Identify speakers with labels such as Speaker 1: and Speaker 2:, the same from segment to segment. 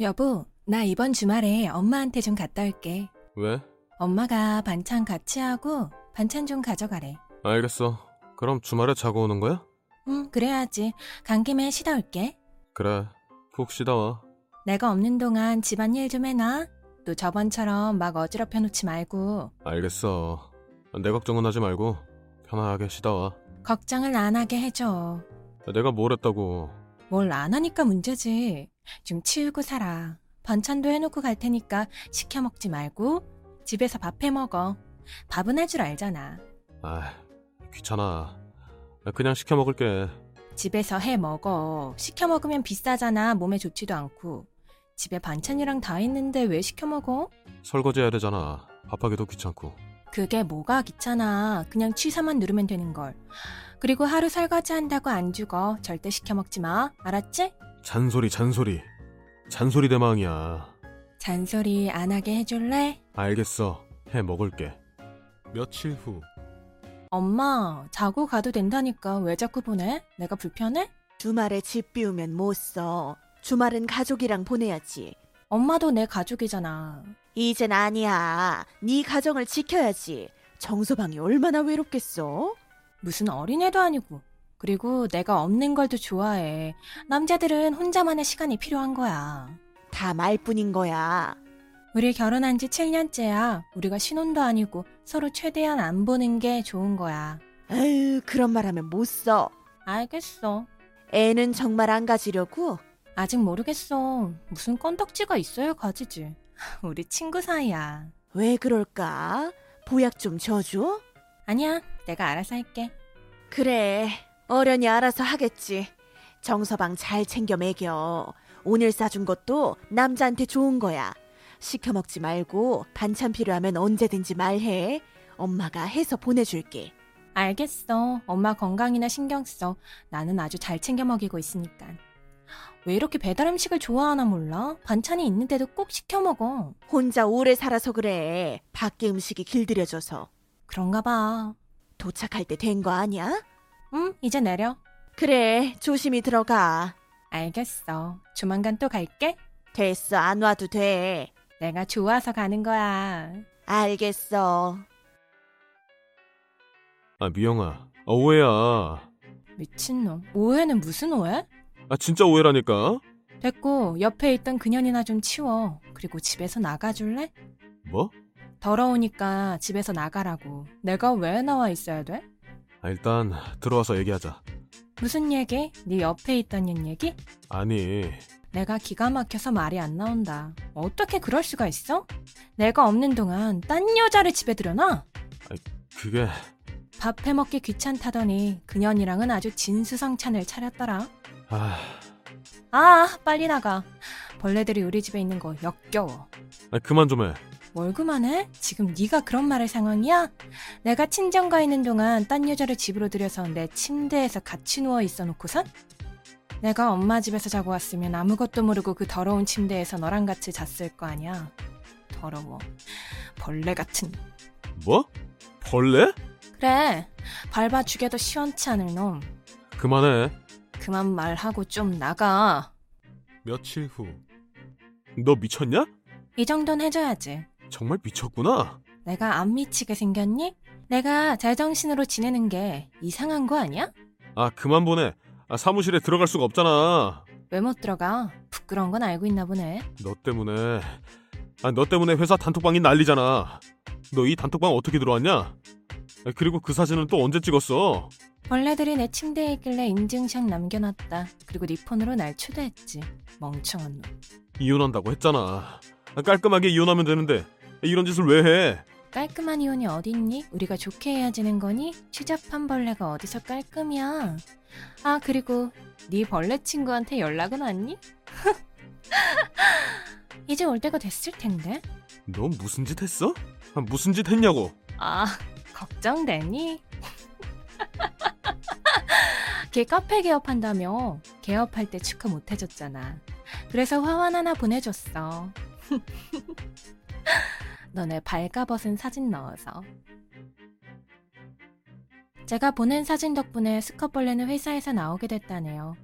Speaker 1: 여보, 나 이번 주말에 엄마한테 좀 갔다 올게.
Speaker 2: 왜?
Speaker 1: 엄마가 반찬 같이 하고 반찬 좀 가져가래.
Speaker 2: 알겠어. 그럼 주말에 자고 오는 거야?
Speaker 1: 응, 그래야지. 간 김에 쉬다 올게.
Speaker 2: 그래. 푹 쉬다 와.
Speaker 1: 내가 없는 동안 집안일 좀 해놔. 또 저번처럼 막 어지럽혀 놓지 말고
Speaker 2: 알겠어. 내 걱정은 하지 말고 편하게 쉬다 와.
Speaker 1: 걱정을 안 하게 해줘.
Speaker 2: 내가 뭘 했다고.
Speaker 1: 뭘 안 하니까 문제지. 좀 치우고 살아. 반찬도 해놓고 갈 테니까 시켜 먹지 말고 집에서 밥해 먹어. 밥은 할 줄 알잖아.
Speaker 2: 아, 귀찮아. 그냥 시켜 먹을게.
Speaker 1: 집에서 해 먹어. 시켜 먹으면 비싸잖아. 몸에 좋지도 않고. 집에 반찬이랑 다 있는데 왜 시켜 먹어?
Speaker 2: 설거지 해야 되잖아. 밥하기도 귀찮고.
Speaker 1: 그게 뭐가 귀찮아. 그냥 취사만 누르면 되는 걸. 그리고 하루 설거지 한다고 안 죽어. 절대 시켜 먹지 마. 알았지?
Speaker 2: 잔소리, 잔소리. 잔소리 대망이야.
Speaker 1: 잔소리 안 하게 해줄래?
Speaker 2: 알겠어. 해 먹을게. 며칠 후.
Speaker 1: 엄마, 자고 가도 된다니까 왜 자꾸 보내? 내가 불편해?
Speaker 3: 주말에 집 비우면 못 써. 주말은 가족이랑 보내야지.
Speaker 1: 엄마도 내 가족이잖아.
Speaker 3: 이젠 아니야. 네 가정을 지켜야지. 정서방이 얼마나 외롭겠어?
Speaker 1: 무슨 어린애도 아니고. 그리고 내가 없는 걸 더 좋아해. 남자들은 혼자만의 시간이 필요한 거야.
Speaker 3: 다 말뿐인 거야.
Speaker 1: 우리 결혼한 지 7년째야. 우리가 신혼도 아니고 서로 최대한 안 보는 게 좋은 거야.
Speaker 3: 에휴, 그런 말 하면 못 써.
Speaker 1: 알겠어.
Speaker 3: 애는 정말 안 가지려고?
Speaker 1: 아직 모르겠어. 무슨 건덕지가 있어야 가지지. 우리 친구 사이야.
Speaker 3: 왜 그럴까? 보약 좀 줘줘?
Speaker 1: 아니야. 내가 알아서 할게.
Speaker 3: 그래. 어련히 알아서 하겠지. 정서방 잘 챙겨 먹여. 오늘 싸준 것도 남자한테 좋은 거야. 시켜 먹지 말고 반찬 필요하면 언제든지 말해. 엄마가 해서 보내줄게.
Speaker 1: 알겠어. 엄마 건강이나 신경 써. 나는 아주 잘 챙겨 먹이고 있으니까. 왜 이렇게 배달 음식을 좋아하나 몰라? 반찬이 있는데도 꼭 시켜 먹어.
Speaker 3: 혼자 오래 살아서 그래. 밖에 음식이 길들여져서.
Speaker 1: 그런가 봐.
Speaker 3: 도착할 때 된 거 아니야?
Speaker 1: 응, 이제 내려.
Speaker 3: 그래. 조심히 들어가.
Speaker 1: 알겠어. 조만간 또 갈게.
Speaker 3: 됐어. 안 와도 돼.
Speaker 1: 내가 좋아서 가는 거야.
Speaker 3: 알겠어.
Speaker 2: 아, 미영아. 아, 오해야. 아,
Speaker 1: 미친놈. 오해는 무슨 오해?
Speaker 2: 진짜 오해라니까?
Speaker 1: 됐고, 옆에 있던 그년이나 좀 치워. 그리고 집에서 나가줄래?
Speaker 2: 뭐?
Speaker 1: 더러우니까 집에서 나가라고. 내가 왜 나와 있어야 돼?
Speaker 2: 아, 일단 들어와서 얘기하자.
Speaker 1: 무슨 얘기? 네 옆에 있던 년 얘기?
Speaker 2: 아니,
Speaker 1: 내가 기가 막혀서 말이 안 나온다. 어떻게 그럴 수가 있어? 내가 없는 동안 딴 여자를 집에 들여놔?
Speaker 2: 그게
Speaker 1: 밥 해먹기 귀찮다더니 그년이랑은 아주 진수성찬을 차렸더라.
Speaker 2: 아,
Speaker 1: 아, 빨리 나가. 벌레들이 우리 집에 있는 거 역겨워.
Speaker 2: 아, 그만 좀 해.
Speaker 1: 뭘 그만해? 지금 네가 그런 말할 상황이야? 내가 친정가 있는 동안 딴 여자를 집으로 들여서 내 침대에서 같이 누워 있어 놓고선? 내가 엄마 집에서 자고 왔으면 아무것도 모르고 그 더러운 침대에서 너랑 같이 잤을 거 아니야. 더러워. 벌레 같은. 놈.
Speaker 2: 뭐? 벌레?
Speaker 1: 그래. 밟아 죽여도 시원치 않을 놈.
Speaker 2: 그만해.
Speaker 1: 그만 말하고 좀 나가.
Speaker 2: 며칠 후. 너 미쳤냐?
Speaker 1: 이 정도는 해줘야지.
Speaker 2: 정말 미쳤구나.
Speaker 1: 내가 안 미치게 생겼니? 내가 제정신으로 지내는 게 이상한 거 아니야?
Speaker 2: 아, 그만 보내. 아, 사무실에 들어갈 수가 없잖아.
Speaker 1: 왜 못 들어가? 부끄러운 건 알고 있나 보네.
Speaker 2: 너 때문에. 아, 너 때문에 회사 단톡방이 난리잖아. 너 이 단톡방 어떻게 들어왔냐? 아, 그리고 그 사진은 또 언제 찍었어?
Speaker 1: 벌레들이 내 침대에 있길래 인증샷 남겨놨다. 그리고 네 폰으로 날 초대했지. 멍청한 놈.
Speaker 2: 이혼한다고 했잖아. 아, 깔끔하게 이혼하면 되는데 아, 이런 짓을 왜 해?
Speaker 1: 깔끔한 이혼이 어딨니? 우리가 좋게 헤어지는 거니? 취잡한 벌레가 어디서 깔끔이야? 아 그리고 네 벌레 친구한테 연락은 왔니? 이제 올 때가 됐을 텐데.
Speaker 2: 너 무슨 짓 했어? 아, 무슨 짓 했냐고?
Speaker 1: 아, 걱정되니? 걔 카페 개업한다며 개업할 때 축하 못 해줬잖아. 그래서 화환 하나 보내줬어. 너네 발가벗은 사진 넣어서. 제가 보낸 사진 덕분에 스컷벌레는 회사에서 나오게 됐다네요.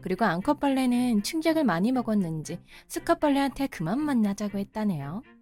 Speaker 1: 그리고 앙컷벌레는 충격을 많이 먹었는지 수컷벌레한테 그만 만나자고 했다네요.